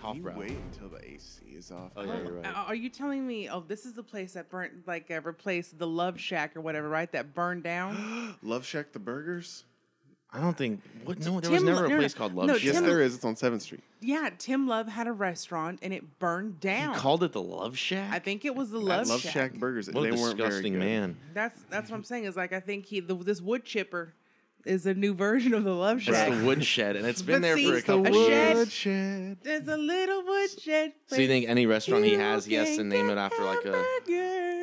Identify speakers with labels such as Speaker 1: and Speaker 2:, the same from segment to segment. Speaker 1: Cough
Speaker 2: you
Speaker 1: brown.
Speaker 2: wait until the AC is off.
Speaker 1: Oh, yeah,
Speaker 2: bro?
Speaker 1: you're right.
Speaker 3: Uh, Are you telling me? Oh, this is the place that burnt, like, uh, replaced the Love Shack or whatever, right? That burned down.
Speaker 2: Love Shack the burgers?
Speaker 1: I don't think. What, no, there was
Speaker 3: Tim-
Speaker 1: never
Speaker 3: no,
Speaker 1: a
Speaker 3: no,
Speaker 1: place called Love
Speaker 3: no,
Speaker 1: Shack.
Speaker 3: Tim-
Speaker 2: Yes, there is. It's on Seventh Street.
Speaker 3: yeah, Tim Love had a restaurant and it burned
Speaker 1: He
Speaker 3: down.
Speaker 1: called it the Love Shack.
Speaker 3: I think it was the
Speaker 2: At
Speaker 3: Love,
Speaker 2: Love
Speaker 3: Shack.
Speaker 2: Shack, burgers.
Speaker 1: What
Speaker 2: they
Speaker 1: a
Speaker 2: weren't very
Speaker 1: disgusting
Speaker 2: good.
Speaker 1: man.
Speaker 3: That's that's
Speaker 1: Mm-hmm.
Speaker 3: what I'm saying. Is like I think he the, this wood chipper is a new version of the Love Shack.
Speaker 1: It's the woodshed, and it's been
Speaker 3: But
Speaker 1: there
Speaker 3: see,
Speaker 1: for a
Speaker 3: it's the
Speaker 1: couple
Speaker 3: wood-
Speaker 1: years.
Speaker 3: shed.
Speaker 2: Bloodshed.
Speaker 3: There's a little woodshed.
Speaker 1: So you think
Speaker 3: place.
Speaker 1: any restaurant he
Speaker 3: You
Speaker 1: has, he has to
Speaker 3: can
Speaker 1: name
Speaker 3: get
Speaker 1: it after like a Mm,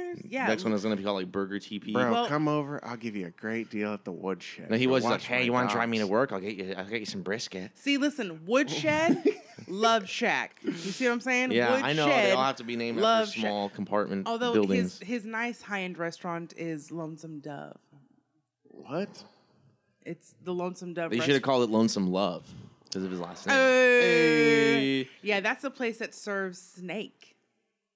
Speaker 3: hamburgers. yeah.
Speaker 1: next one is gonna be called like Burger TP.
Speaker 2: Bro,
Speaker 3: Well-
Speaker 2: come over. I'll give you a great deal at the woodshed.
Speaker 1: No, he
Speaker 2: Now
Speaker 1: was like,
Speaker 2: watch my
Speaker 1: "Hey, you want to drive me to
Speaker 2: dogs."
Speaker 1: work? I'll get you. I'll get you some brisket."
Speaker 3: See, listen, woodshed, Love Shack. You see what I'm saying?
Speaker 1: Yeah, I know they
Speaker 3: Woodshed,
Speaker 1: all have to be named
Speaker 3: Love
Speaker 1: after
Speaker 3: Shack.
Speaker 1: small compartment
Speaker 3: Although
Speaker 1: buildings.
Speaker 3: his his nice high end restaurant is Lonesome Dove.
Speaker 2: What?
Speaker 3: It's the Lonesome Dove.
Speaker 1: they should have
Speaker 3: restaurant.
Speaker 1: called it Lonesome Love because of his last name.
Speaker 3: Hey.
Speaker 1: Hey.
Speaker 3: Oh. Yeah, that's the place that serves snake.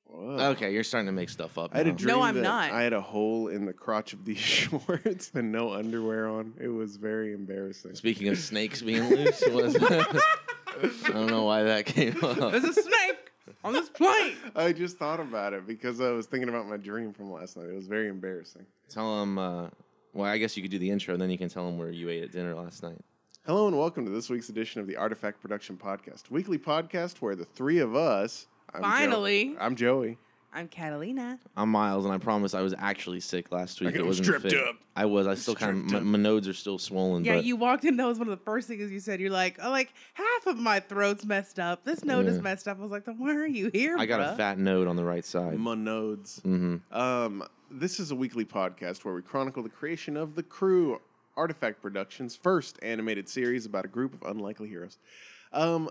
Speaker 3: Oh.
Speaker 2: Whoa.
Speaker 1: Okay, you're starting to make stuff up.
Speaker 2: I had a
Speaker 1: now.
Speaker 2: dream
Speaker 3: I'm
Speaker 2: that
Speaker 3: not.
Speaker 2: I had a hole in the crotch of these shorts and no underwear on. It was very embarrassing.
Speaker 1: Speaking of snakes being loose, was, I don't know why that came up.
Speaker 3: There's a snake on this plate.
Speaker 2: I just thought about it because I was thinking about my dream from last night. It was very embarrassing.
Speaker 1: Tell him. Uh, well, I guess you could do the intro, and then you can tell him where you ate at dinner last night.
Speaker 2: Hello and welcome to this week's edition of the Artifact Production Podcast, weekly podcast where the three of us I'm Joe-
Speaker 3: Finally.
Speaker 2: I'm Joey.
Speaker 3: I'm Catalina.
Speaker 1: I'm Miles, and I promise I was actually sick last week.
Speaker 2: got
Speaker 1: it wasn't
Speaker 2: stripped
Speaker 1: fit.
Speaker 2: up.
Speaker 1: I was. I still kind of my, my nodes are still swollen.
Speaker 3: Yeah,
Speaker 1: but
Speaker 3: you walked in. That was one of the first things you said. You're like, oh, like half of my throat's messed up. This note is
Speaker 1: Yeah.
Speaker 3: messed up. I was like, then why are you here?
Speaker 1: I got a
Speaker 3: bruh?
Speaker 1: fat node on the right side.
Speaker 2: Monodes. Um, this is a weekly podcast where we chronicle the creation of the crew, Artifact Productions' first animated series about a group of unlikely heroes. Um,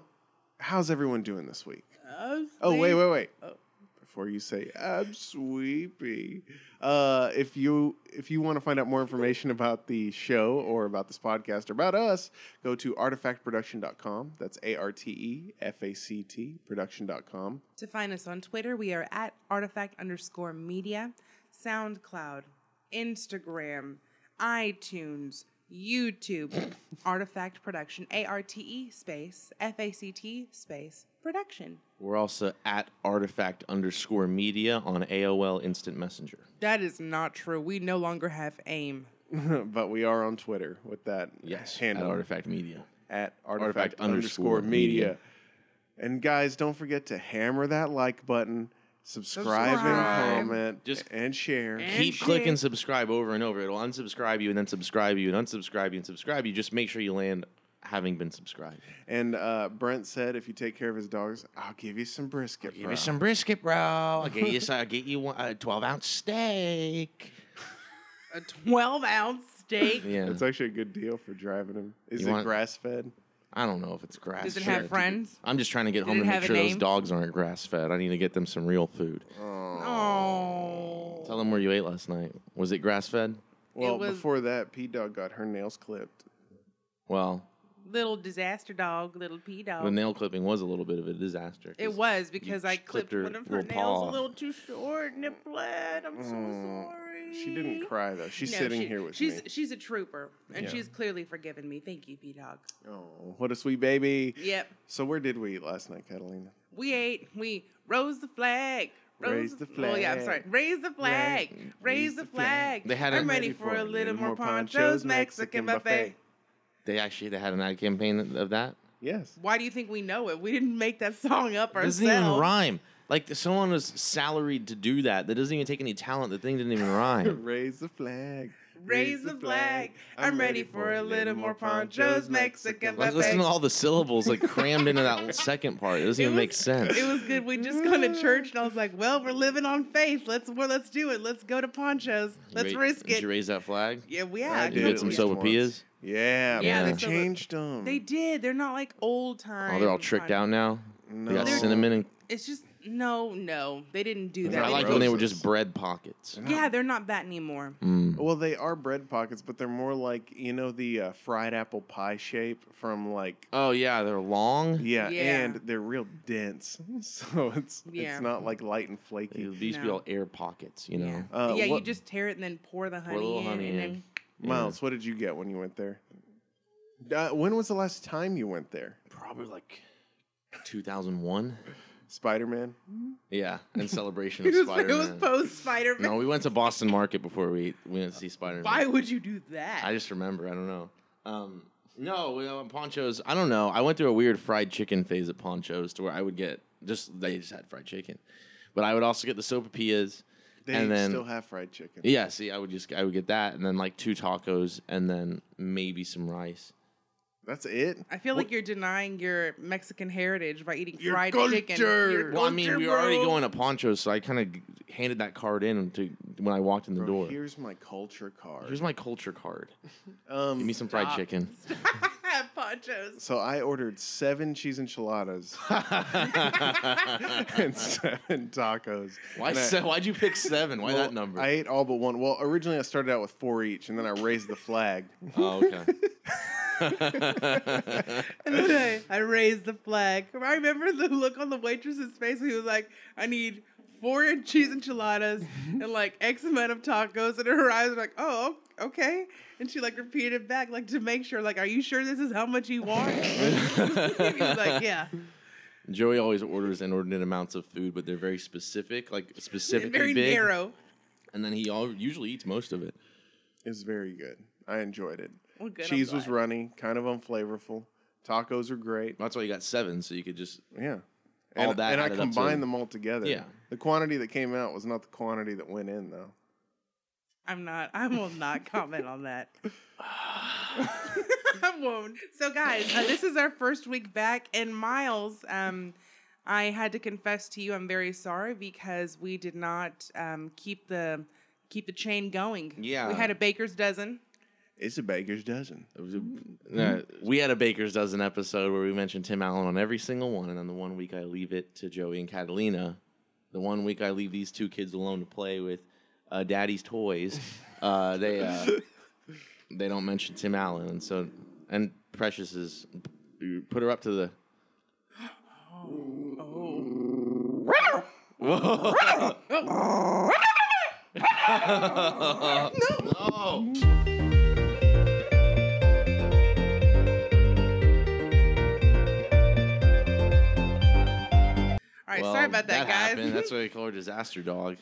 Speaker 2: how's everyone doing this week?
Speaker 3: Oh,
Speaker 2: Oh, wait,
Speaker 3: sleep.
Speaker 2: wait, wait. Before you say I'm sweepy, uh, if you if you want to find out more information about the show or about this podcast or about us, go to artifactproduction.com. That's A R T E F A C T production.com.
Speaker 3: To find us on Twitter, we are at artifact underscore media, SoundCloud, Instagram, iTunes, YouTube, Artifact Production, A R T E space, F A C T space, production.
Speaker 1: We're also at artifact underscore media on AOL Instant Messenger.
Speaker 3: That is not true. We no longer have AIM.
Speaker 2: but we are on Twitter with that
Speaker 1: Yes, at
Speaker 2: handle
Speaker 1: artifact media.
Speaker 2: at
Speaker 1: Artifact
Speaker 2: artifact, underscore
Speaker 1: underscore
Speaker 2: media.
Speaker 1: media.
Speaker 2: And guys, don't forget to hammer that like button, subscribe,
Speaker 3: Subscribe.
Speaker 2: and comment,
Speaker 1: Just-
Speaker 2: and share.
Speaker 3: And-
Speaker 1: Keep
Speaker 3: shit.
Speaker 1: clicking subscribe over and over. It'll unsubscribe you and then subscribe you and unsubscribe you and subscribe you. Just make sure you land having been subscribed.
Speaker 2: And uh, Brent said, if you take care of his dogs, I'll give you some brisket.
Speaker 1: Give
Speaker 2: bro."
Speaker 1: me some brisket, bro. I'll get you. I'll get you one- a twelve ounce steak.
Speaker 3: A 12 ounce steak.
Speaker 1: Yeah,
Speaker 2: It's actually a good deal for driving him. Is
Speaker 1: You
Speaker 2: it
Speaker 1: want-
Speaker 2: grass fed?
Speaker 1: I don't know if it's grass.
Speaker 3: Does it
Speaker 1: fed.
Speaker 3: have friends?
Speaker 1: I'm just trying to get home
Speaker 3: it
Speaker 1: and make
Speaker 3: have a
Speaker 1: sure those
Speaker 3: name?
Speaker 1: dogs aren't grass fed. I need to get them some real food.
Speaker 3: Oh.
Speaker 1: Tell them where you ate last night. Was it grass fed?
Speaker 2: Well,
Speaker 3: was-
Speaker 2: before that, P Dog got her nails clipped.
Speaker 1: Well,
Speaker 3: Little disaster dog, little pea dog.
Speaker 1: the nail clipping was a little bit of a disaster. 'cause
Speaker 3: It was because I
Speaker 1: clipped
Speaker 3: clipped,
Speaker 1: her
Speaker 3: one of her
Speaker 1: little
Speaker 3: nails
Speaker 1: paw.
Speaker 3: a little too short and it bled. I'm so sorry.
Speaker 2: Mm. She didn't cry though. She's
Speaker 3: No,
Speaker 2: sitting
Speaker 3: she-
Speaker 2: here with
Speaker 3: she's,
Speaker 2: me.
Speaker 3: She's a trooper, and
Speaker 2: Yeah.
Speaker 3: she's clearly forgiven me. Thank you, P Dog.
Speaker 2: Oh, what a sweet baby.
Speaker 3: Yep.
Speaker 2: So where did we eat last night, Catalina?
Speaker 3: We ate, we rose the flag.
Speaker 2: Raise the
Speaker 3: Oh, yeah, I'm sorry.
Speaker 2: flag.
Speaker 3: Raise the flag. Raise, the flag.
Speaker 1: They had
Speaker 3: I'm
Speaker 1: a-
Speaker 3: ready for a little more ponchos, Mexican buffet.
Speaker 1: They actually they had an ad campaign of that.
Speaker 2: Yes.
Speaker 3: Why do you think we know it? We didn't make that song up ourselves.
Speaker 1: Doesn't even rhyme. Like someone was salaried to do that. That doesn't even take any talent. The thing didn't even rhyme.
Speaker 2: Raise the flag.
Speaker 3: Raise the flag. I'm ready for a little more ponchos, Mexican
Speaker 1: Like,
Speaker 3: buffet.
Speaker 1: listen to all the syllables like crammed into that second part. It doesn't even make
Speaker 3: was-
Speaker 1: sense.
Speaker 3: It was good. We just gone to church, and I was like, "Well, we're living on faith. Let's well, let's do it. Let's go to ponchos.
Speaker 1: You
Speaker 3: Let's
Speaker 1: ra-
Speaker 3: risk
Speaker 1: Did
Speaker 3: it."
Speaker 1: you raise that flag?
Speaker 3: yeah, we
Speaker 2: I
Speaker 3: yeah.
Speaker 1: You
Speaker 2: did
Speaker 1: get
Speaker 2: at
Speaker 1: some
Speaker 2: least
Speaker 1: sopapillas.
Speaker 2: Yeah,
Speaker 3: Yeah,
Speaker 2: man.
Speaker 3: they
Speaker 2: They
Speaker 3: still-
Speaker 2: changed them.
Speaker 3: They did. They're not like old time.
Speaker 1: Oh, they're all tricked out now. They got
Speaker 2: No.
Speaker 1: cinnamon and.
Speaker 3: It's just no, no. They didn't do
Speaker 2: Yeah,
Speaker 3: that.
Speaker 1: I
Speaker 2: they
Speaker 1: like
Speaker 2: do.
Speaker 1: when they were
Speaker 2: Roses.
Speaker 1: just bread pockets. Hmm.
Speaker 3: Yeah, they're not that anymore.
Speaker 2: Well, they are bread pockets, but they're more like you know the uh, fried apple pie shape from like
Speaker 1: Oh yeah, they're long.
Speaker 2: yeah,
Speaker 3: Yeah.
Speaker 2: and they're real dense, so it's
Speaker 3: Yeah.
Speaker 2: it's not like light and flaky.
Speaker 1: These used to be
Speaker 3: No.
Speaker 1: all air pockets, you know.
Speaker 3: Yeah,
Speaker 2: Uh,
Speaker 3: yeah.
Speaker 2: what-
Speaker 3: you just tear it and then pour the
Speaker 1: a
Speaker 3: honey,
Speaker 1: little
Speaker 3: in,
Speaker 1: honey
Speaker 3: and
Speaker 1: in.
Speaker 3: then
Speaker 2: Miles, what did you get when you went there? Uh, when was the last time you went there?
Speaker 1: Probably like 2001.
Speaker 2: Spider Man.
Speaker 1: Yeah, in celebration
Speaker 3: It
Speaker 1: of
Speaker 3: was,
Speaker 1: Spider
Speaker 3: it was
Speaker 1: Man.
Speaker 3: post Spider Man.
Speaker 1: No, we went to Boston Market before we we went to see Spider Man.
Speaker 3: Why would you do that?
Speaker 1: I just remember. I don't know. Um, no, we, uh, ponchos. I don't know. I went through a weird fried chicken phase at ponchos to where I would get just they just had fried chicken, but I would also get the sopapillas.
Speaker 2: They
Speaker 1: and then
Speaker 2: still have fried chicken.
Speaker 1: yeah, see, I would just I would get that and then like two tacos and then maybe some rice.
Speaker 2: That's it.
Speaker 3: I feel like you're denying your Mexican heritage by eating
Speaker 2: Your
Speaker 3: fried chicken.
Speaker 2: culture.
Speaker 3: Your
Speaker 1: Well, I mean,
Speaker 3: culture,
Speaker 1: we were already
Speaker 3: bro.
Speaker 1: going to ponchos, so I kind of handed that card in to when I walked in the
Speaker 2: Bro,
Speaker 1: door.
Speaker 2: Here's my culture card.
Speaker 1: Here's my culture card.
Speaker 2: um,
Speaker 1: Give me some fried
Speaker 3: Stop.
Speaker 1: chicken.
Speaker 3: Ponchos.
Speaker 2: so I ordered seven cheese enchiladas and seven tacos.
Speaker 1: Why?
Speaker 2: And I-
Speaker 1: Se- why'd you pick seven? Why
Speaker 2: well,
Speaker 1: that number?
Speaker 2: I ate all but one. Well, originally I started out with four each, and then I raised the flag.
Speaker 1: oh, okay.
Speaker 3: Okay, I raised the flag. I remember the look on the waitress's face. when He was like, "I need four cheese enchiladas and like X amount of tacos." And her eyes were like, "Oh, okay." And she like repeated it back, like to make sure, like, "Are you sure this is how much you want?" he was like, "Yeah."
Speaker 1: Joey always orders inordinate amounts of food, but they're very specific, like specifically
Speaker 3: Very
Speaker 1: big.
Speaker 3: narrow.
Speaker 1: And then he all, usually eats most of it.
Speaker 2: It was very good. I enjoyed it.
Speaker 3: Well, good, I'm
Speaker 2: Cheese was
Speaker 3: glad.
Speaker 2: runny, kind of unflavorful. Tacos are great.
Speaker 1: That's why you got seven, so you could just
Speaker 2: Yeah.
Speaker 1: All
Speaker 2: And,
Speaker 1: that
Speaker 2: and I
Speaker 1: added up to-
Speaker 2: combined them all together.
Speaker 1: Yeah.
Speaker 2: The quantity that came out was not the quantity that went in, though.
Speaker 3: I'm not. I will not comment on that. I won't. So, guys, uh, this is our first week back, and Miles, um, I had to confess to you, I'm very sorry because we did not um, keep the keep the chain going.
Speaker 1: Yeah.
Speaker 3: we had a baker's dozen.
Speaker 2: It's a baker's dozen.
Speaker 3: Mm-hmm.
Speaker 1: Uh, we had a Baker's Dozen episode where we mentioned Tim Allen on every single one, and then the one week I leave it to Joey and Catalina, the one week I leave these two kids alone to play with uh, Daddy's toys, uh, they uh, they don't mention Tim Allen, and so and Precious is you put her up to the. Whoa. No.
Speaker 3: All right,
Speaker 1: Well,
Speaker 3: sorry about that, guys.
Speaker 1: happened. That's what they call her disaster dog.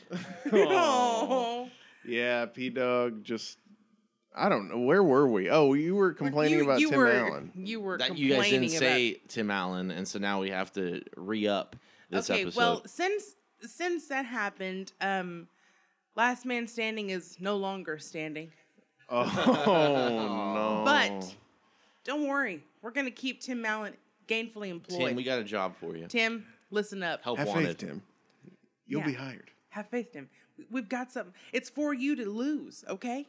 Speaker 3: oh.
Speaker 2: Yeah, P Dog just. I don't know. Where were we? Oh, you were complaining
Speaker 3: you,
Speaker 2: about
Speaker 3: you
Speaker 2: Tim
Speaker 3: were,
Speaker 2: Allen.
Speaker 3: You were
Speaker 1: that you
Speaker 3: complaining
Speaker 1: guys didn't
Speaker 3: about.
Speaker 1: say Tim Allen, and so now we have to re up this
Speaker 3: okay,
Speaker 1: episode.
Speaker 3: well, since since that happened, um, Last Man Standing is no longer standing.
Speaker 2: Oh, no.
Speaker 3: But don't worry, we're gonna keep Tim Allen gainfully employed.
Speaker 1: Tim,
Speaker 3: Tim,
Speaker 1: we got a job for you.
Speaker 3: listen up.
Speaker 1: Help
Speaker 2: Have
Speaker 1: wanted.
Speaker 2: faith, Tim. You'll
Speaker 3: Yeah.
Speaker 2: be hired.
Speaker 3: Have faith, Tim. We- We've got something. It's for you to lose, okay?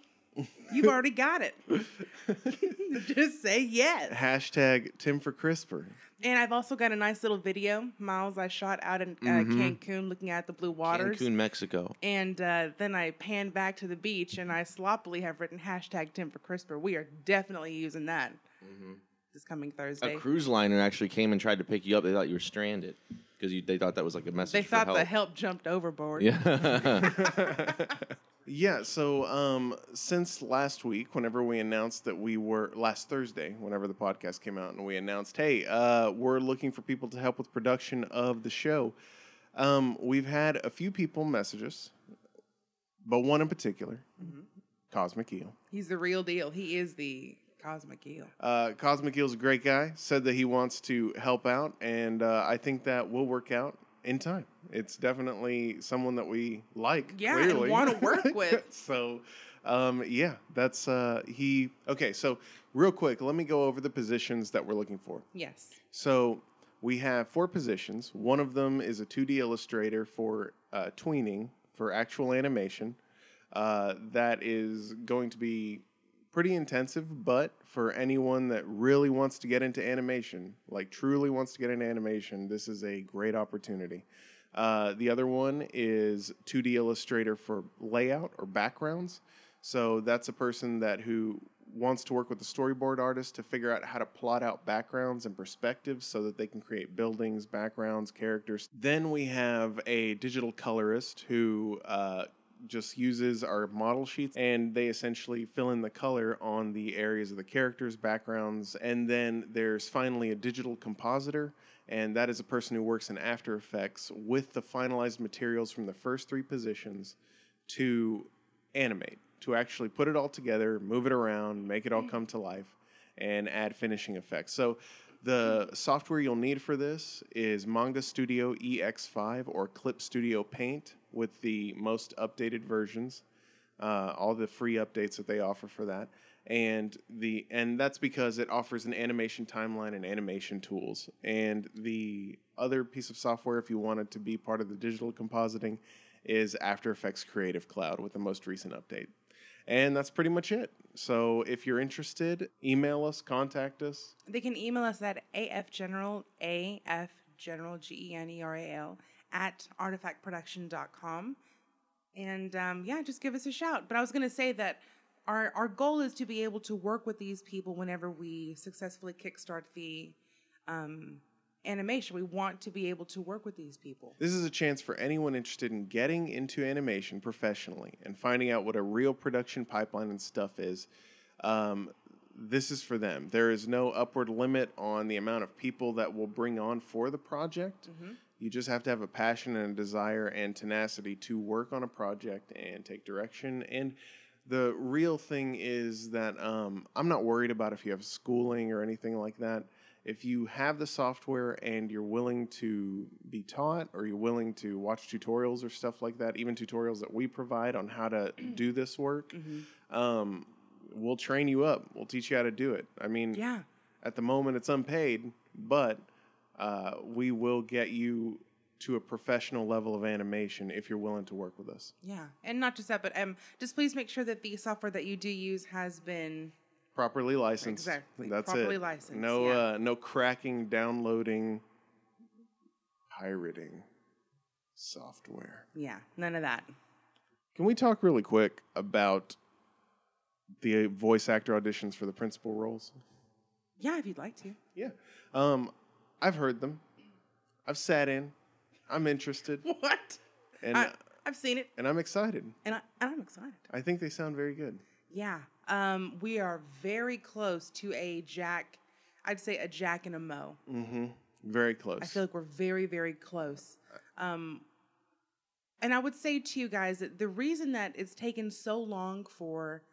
Speaker 3: You've already got it. Just say yes.
Speaker 2: Hashtag Tim for Crisper.
Speaker 3: And I've also got a nice little video, Miles, I shot out in uh,
Speaker 1: Mm-hmm.
Speaker 3: Cancun looking at the blue waters.
Speaker 1: Cancun, Mexico.
Speaker 3: And uh, then I pan back to the beach and I sloppily have written hashtag Tim for CRISPR. We are definitely using that this coming
Speaker 1: Mm-hmm. A
Speaker 3: Thursday.
Speaker 1: cruise liner actually came and tried to pick you up. They thought you were stranded because they thought that was like a message.
Speaker 3: They
Speaker 1: for
Speaker 3: thought
Speaker 1: help.
Speaker 3: the help jumped overboard.
Speaker 1: Yeah.
Speaker 2: Yeah, so um, since last week, whenever we announced that we were last Thursday, whenever the podcast came out, and we announced, hey, uh, we're looking for people to help with production of the show, um, we've had a few people message us, but one in particular, Cosmic Eel.
Speaker 3: He's the real deal. He is the cosmic eel.
Speaker 2: Uh, Cosmic Eel's a great guy, said that he wants to help out, and uh, I think that will work out in time. It's definitely someone that we like,
Speaker 3: Yeah, and
Speaker 2: clearly.
Speaker 3: wanna work with.
Speaker 2: so, um, yeah, that's uh, he. Okay, so real quick, let me go over the positions that we're looking for.
Speaker 3: Yes.
Speaker 2: So we have four positions. One of them is a 2D illustrator for uh, tweening for actual animation. Uh, that is going to be pretty intensive, but for anyone that really wants to get into animation, like truly wants to get into animation, this is a great opportunity. Uh, the other one is 2D illustrator for layout or backgrounds. So that's a person that who wants to work with the storyboard artist to figure out how to plot out backgrounds and perspectives so that they can create buildings, backgrounds, characters. Then we have a digital colorist who uh, just uses our model sheets and they essentially fill in the color on the areas of the characters, backgrounds. And then there's finally a digital compositor and that is a person who works in After Effects with the finalized materials from the first three positions to animate, to actually put it all together, move it around, make it all come to life, and add finishing effects. So the software you'll need for this is Manga Studio EX5 or Clip Studio Paint with the most updated versions uh, all the free updates that they offer for that and the and that's because it offers an animation timeline and animation tools and the other piece of software if you wanted to be part of the digital compositing is after effects creative cloud with the most recent update and that's pretty much it so if you're interested email us contact us
Speaker 3: They can email us at afgeneral, afgeneral, G E N E R A L, at artifactproduction.com. And um, yeah, just give us a shout. But I was going to say that our, our goal is to be able to work with these people whenever we successfully kickstart the um, animation. We want to be able to work with these people.
Speaker 2: This is a chance for anyone interested in getting into animation professionally and finding out what a real production pipeline and stuff is. Um, this is for them. There is no upward limit on the amount of people that will bring on for the project. You just have to have a passion and a desire and tenacity to work on a project and take direction. And the real thing is that um, I'm not worried about if you have schooling or anything like that if you have the software and you're willing to be taught or you're willing to watch tutorials or stuff like that, even tutorials that we provide on how to do this work, um, we'll train you up. We'll teach you how to do it. I mean,
Speaker 3: Yeah.
Speaker 2: at the moment it's unpaid, but uh, we will get you to a professional level of animation if you're willing to work with us.
Speaker 3: Yeah. And not just that, but um, just please make sure that the software that you do use has been.
Speaker 2: Properly licensed.
Speaker 3: Exactly.
Speaker 2: That's
Speaker 3: Properly
Speaker 2: it.
Speaker 3: licensed,
Speaker 2: No,
Speaker 3: yeah.
Speaker 2: uh, no cracking, downloading, pirating software.
Speaker 3: Yeah, none of that.
Speaker 2: Can we talk really quick about the voice actor auditions for the principal roles?
Speaker 3: Yeah, if you'd like to.
Speaker 2: Yeah. Um, I've heard them. I've sat in. I'm interested,
Speaker 3: What?
Speaker 2: and
Speaker 3: I, I've seen it,
Speaker 2: and I'm excited.
Speaker 3: and, I, and I'm excited.
Speaker 2: I think they sound very good.
Speaker 3: Yeah. Um, we are very close to a Jack, I'd say a Jack and a Mo.
Speaker 2: Very close.
Speaker 3: I feel like we're very, very close. Um, and I would say to you guys that the reason that it's taken so long for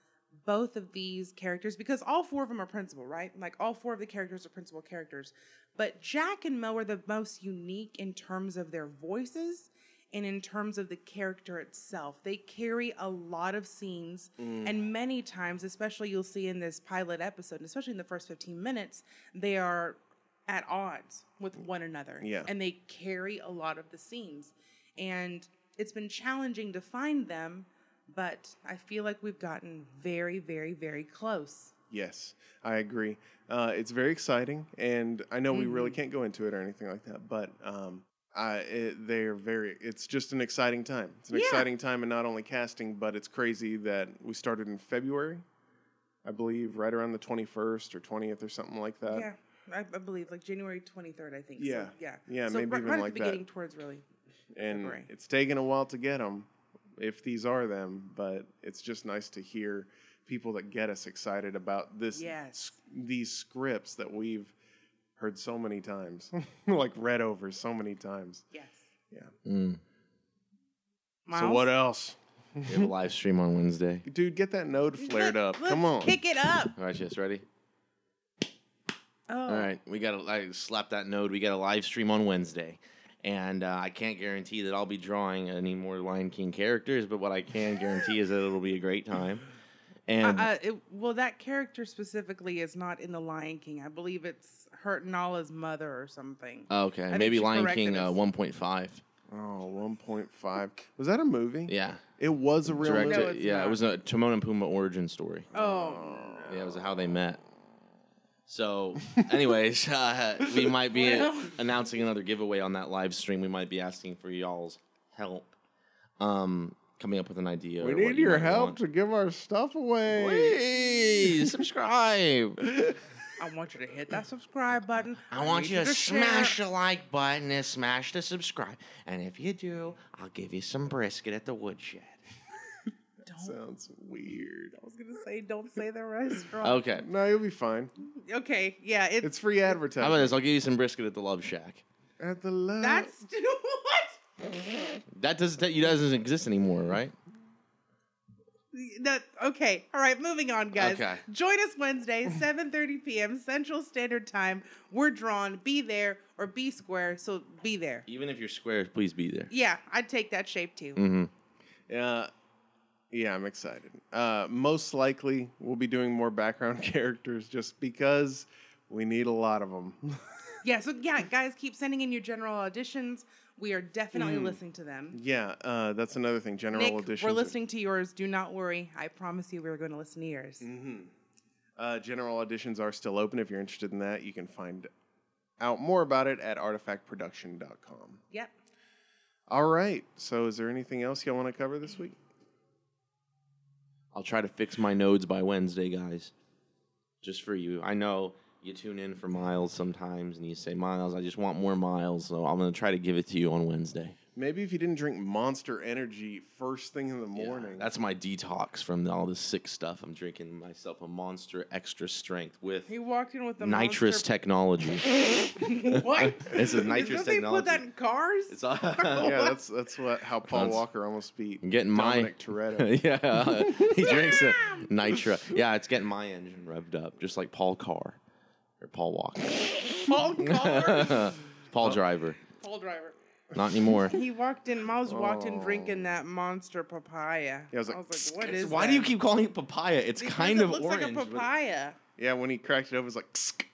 Speaker 3: both of these characters, because all four of them are principal, right? Like all four of the characters are principal characters. But Jack and Mo are the most unique in terms of their voices and in terms of the character itself. They carry a lot of scenes, and many times, especially you'll see in this pilot episode, and especially in the first 15 minutes, they are at odds with one another.
Speaker 2: Yeah.
Speaker 3: And they carry a lot of the scenes. And it's been challenging to find them, but I feel like we've gotten very, very, very close.
Speaker 2: Yes, I agree. Uh, it's very exciting, and I know we really
Speaker 3: Mm-hmm.
Speaker 2: can't go into it or anything like that, but um, I, it, they're very. It's just an exciting time. It's an
Speaker 3: Yeah.
Speaker 2: exciting time, and not only casting, but it's crazy that we started in February, I believe, right around the twenty first or twentieth or something like that.
Speaker 3: yeah. I, I believe like January 23rd, I think.
Speaker 2: Uh, Yeah.
Speaker 3: So, yeah.
Speaker 2: Yeah,
Speaker 3: So
Speaker 2: maybe
Speaker 3: right,
Speaker 2: even
Speaker 3: right
Speaker 2: like
Speaker 3: at the
Speaker 2: that.
Speaker 3: beginning towards really.
Speaker 2: and
Speaker 3: February.
Speaker 2: it's taken a while to get them, if these are them. But it's just nice to hear people that get us excited about this.
Speaker 3: Yes.
Speaker 2: these scripts that we've heard so many times, like read over so many times.
Speaker 3: Yes.
Speaker 2: Yeah.
Speaker 1: Mm.
Speaker 2: So what else,
Speaker 1: We have a live stream on Wednesday.
Speaker 2: dude? Get that node flared up.
Speaker 3: Let's
Speaker 2: Come on.
Speaker 3: Kick it up.
Speaker 1: All right, Jess, ready?
Speaker 3: Oh.
Speaker 1: All right, we got to I slap that node. We got a live stream on Wednesday, and uh, I can't guarantee that I'll be drawing any more Lion King characters, but what I can guarantee is that it'll be a great time. And
Speaker 3: Uh, it, well, that character specifically is not in The Lion King. I believe it's Hurt Nala's mother or something.
Speaker 2: Uh,
Speaker 1: oh, okay,
Speaker 3: think
Speaker 1: maybe
Speaker 3: she
Speaker 1: Lion
Speaker 3: corrected
Speaker 1: King uh,
Speaker 3: us.
Speaker 1: 1.5.
Speaker 2: Oh, 1.5. Was that a movie?
Speaker 1: Yeah,
Speaker 2: It was a real
Speaker 1: directed.
Speaker 3: No,
Speaker 2: movie.
Speaker 3: it's
Speaker 1: yeah,
Speaker 3: not.
Speaker 1: it was a Timon and Pumbaa origin story.
Speaker 3: oh,
Speaker 1: Yeah, it was how they met. So, anyways, uh, we might be
Speaker 3: Well.
Speaker 1: announcing another giveaway on that live stream. We might be asking for y'all's help, um, coming up with an idea.
Speaker 2: We
Speaker 1: or what
Speaker 2: need
Speaker 1: you
Speaker 2: your
Speaker 1: might
Speaker 2: help
Speaker 1: want.
Speaker 2: to give our stuff away.
Speaker 1: Please subscribe.
Speaker 3: I want you to hit that subscribe button.
Speaker 1: I want
Speaker 3: need
Speaker 1: you to
Speaker 3: share.
Speaker 1: smash the like button and smash the subscribe. And if you do, I'll give you some brisket at the woodshed.
Speaker 2: Sounds weird.
Speaker 3: I was gonna say, don't say the restaurant.
Speaker 1: Okay.
Speaker 2: No, you'll be fine.
Speaker 3: Okay, yeah, it's,
Speaker 2: It's free
Speaker 1: How about
Speaker 2: advertising.
Speaker 1: this? I'll give you some brisket at the Love Shack.
Speaker 2: At the love.
Speaker 3: that's what.
Speaker 1: That doesn't that you doesn't exist anymore, right?
Speaker 3: That okay. All right, moving on, guys.
Speaker 1: Okay.
Speaker 3: Join us Wednesday, 7:30 p.m. Central Standard Time. We're drawn. Be there or be square. So be there.
Speaker 1: Even if you're square, please be there.
Speaker 3: Yeah, I'd take that shape too.
Speaker 2: Uh, yeah, I'm excited. Uh, most likely, we'll be doing more background characters just because we need a lot of them.
Speaker 3: Yeah. So yeah, guys, keep sending in your general auditions. We are definitely listening to them.
Speaker 2: yeah, uh, that's another thing. General
Speaker 3: Nick,
Speaker 2: auditions.
Speaker 3: we're listening to yours. Do not worry. I promise you, we're going to listen to yours.
Speaker 2: Uh, general auditions are still open. If you're interested in that, you can find out more about it at artifactproduction.com.
Speaker 3: Yep.
Speaker 2: All right. So, is there anything else y'all want to cover this week?
Speaker 1: I'll try to fix my nodes by Wednesday, guys. Just for you. I know you tune in for miles sometimes and you say, Miles, I just want more miles, so I'm gonna try to give it to you on Wednesday.
Speaker 2: Maybe if you didn't drink Monster Energy first thing in the morning.
Speaker 1: That's my detox from all this sick stuff. I'm drinking myself a monster extra strength with
Speaker 3: He walked in with the
Speaker 1: nitrous
Speaker 3: monster-
Speaker 1: technology.
Speaker 3: what?
Speaker 1: This is nitrous
Speaker 3: Don't They put that
Speaker 1: technology.
Speaker 3: in cars.
Speaker 1: it's all
Speaker 2: yeah, that's that's what how Paul
Speaker 1: That's-
Speaker 2: Walker almost beat
Speaker 1: I'm getting
Speaker 2: Dominic
Speaker 1: my
Speaker 2: Toretto.
Speaker 1: yeah, he drinks a nitro. Yeah, it's getting my engine revved up, just like Paul Carr or Paul Walker,
Speaker 3: Paul Carr.
Speaker 1: Paul Driver.
Speaker 3: Paul driver.
Speaker 1: Not anymore.
Speaker 3: He walked in. Miles walked in
Speaker 2: Oh.
Speaker 3: drinking that monster papaya.
Speaker 2: Yeah, I was like,
Speaker 3: what is?
Speaker 1: Why
Speaker 3: that?
Speaker 1: do you keep calling it papaya? It's
Speaker 3: Because
Speaker 1: kind
Speaker 3: it
Speaker 1: of
Speaker 3: looks
Speaker 1: orange.
Speaker 3: like a
Speaker 1: but-
Speaker 3: papaya.
Speaker 2: Yeah, when he cracked it open, it was like. "Ksk."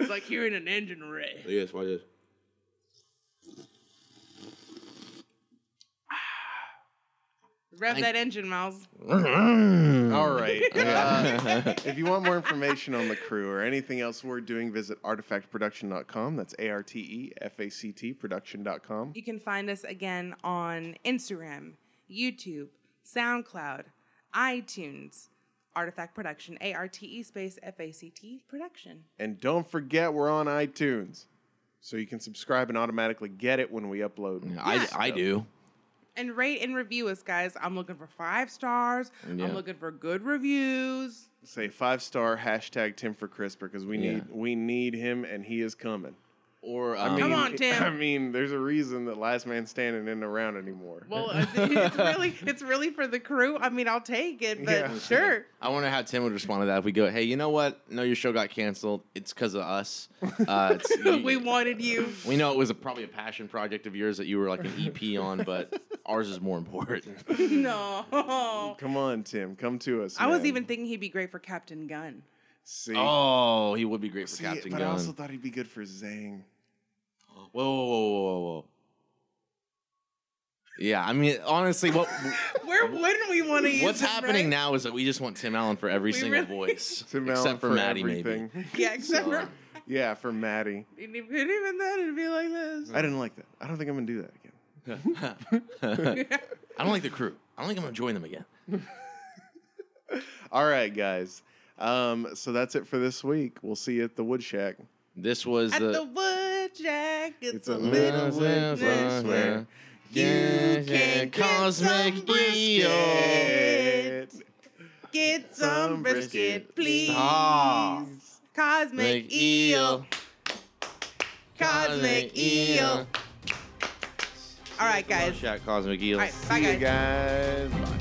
Speaker 3: It's like hearing an engine ray.
Speaker 1: Yes, why this?
Speaker 3: Rev that engine, Miles.
Speaker 1: Hmm.
Speaker 2: All right. uh, if you want more information on the crew or anything else we're doing, visit artifactproduction.com. That's A R T E F A C T production.com.
Speaker 3: You can find us again on Instagram, YouTube, SoundCloud, iTunes, Artifact Production, A R T E space F A C T Production.
Speaker 2: And don't forget, we're on iTunes. So you can subscribe and automatically get it when we upload.
Speaker 1: I, I do.
Speaker 3: And rate and review us, guys. I'm looking for five stars.
Speaker 1: Yeah.
Speaker 3: I'm looking for good reviews.
Speaker 2: Say five star hashtag Tim for Crisper because we need
Speaker 1: Yeah.
Speaker 2: we need him and he is coming.
Speaker 1: Or
Speaker 2: I
Speaker 1: um,
Speaker 2: mean,
Speaker 3: Come on, Tim.
Speaker 2: I mean, there's a reason that Last Man Standing isn't around anymore.
Speaker 3: Well, it's really it's really for the crew. I mean, I'll take it, but
Speaker 2: Yeah.
Speaker 3: sure.
Speaker 1: I wonder how Tim would respond to that if we go, hey, you know what? No, your show got canceled. It's because of us. Uh, it's,
Speaker 3: we wanted you.
Speaker 1: We know it was a, probably a passion project of yours that you were like an EP on, but ours is more important.
Speaker 3: no.
Speaker 2: Come on, Tim, come to us.
Speaker 3: I was
Speaker 2: man.
Speaker 3: even thinking he'd be great for Captain Gun.
Speaker 2: see.
Speaker 1: Oh, he would be great for
Speaker 2: See,
Speaker 1: Captain
Speaker 2: but
Speaker 1: Gun.
Speaker 2: I also thought he'd be good for Zang.
Speaker 1: whoa, whoa, whoa, whoa, whoa. Yeah, I mean, honestly, what
Speaker 3: Where wouldn't we want to use
Speaker 1: what's
Speaker 3: him,
Speaker 1: happening
Speaker 3: right?
Speaker 1: now is that we just want Tim Allen for every
Speaker 3: We
Speaker 1: single
Speaker 3: really-
Speaker 1: voice,
Speaker 2: Tim
Speaker 1: except
Speaker 2: Allen
Speaker 1: for, Maddie, maybe.
Speaker 2: everything.
Speaker 3: Yeah, except for
Speaker 1: So-
Speaker 2: yeah, for Maddie.
Speaker 3: and even and even then it'd be like this.
Speaker 2: I didn't like that. I don't think I'm gonna do that again.
Speaker 1: I don't like the crew. I don't think I'm gonna join them again.
Speaker 2: All right, guys. Um, so that's it for this week. We'll see you at the Wood Shack.
Speaker 1: This was
Speaker 3: At the wood jack, it's,
Speaker 2: It's
Speaker 3: a
Speaker 2: a
Speaker 3: little
Speaker 2: little
Speaker 3: bit
Speaker 2: this way.
Speaker 3: You can get some brisket. Get some
Speaker 2: Some
Speaker 3: brisket,
Speaker 2: brisket.
Speaker 3: please.
Speaker 1: Ah.
Speaker 3: Cosmic eel, cosmic eel. All right, guys.
Speaker 1: Shot cosmic eel.
Speaker 3: All right, bye,
Speaker 2: See you
Speaker 3: guys.
Speaker 2: guys. Bye.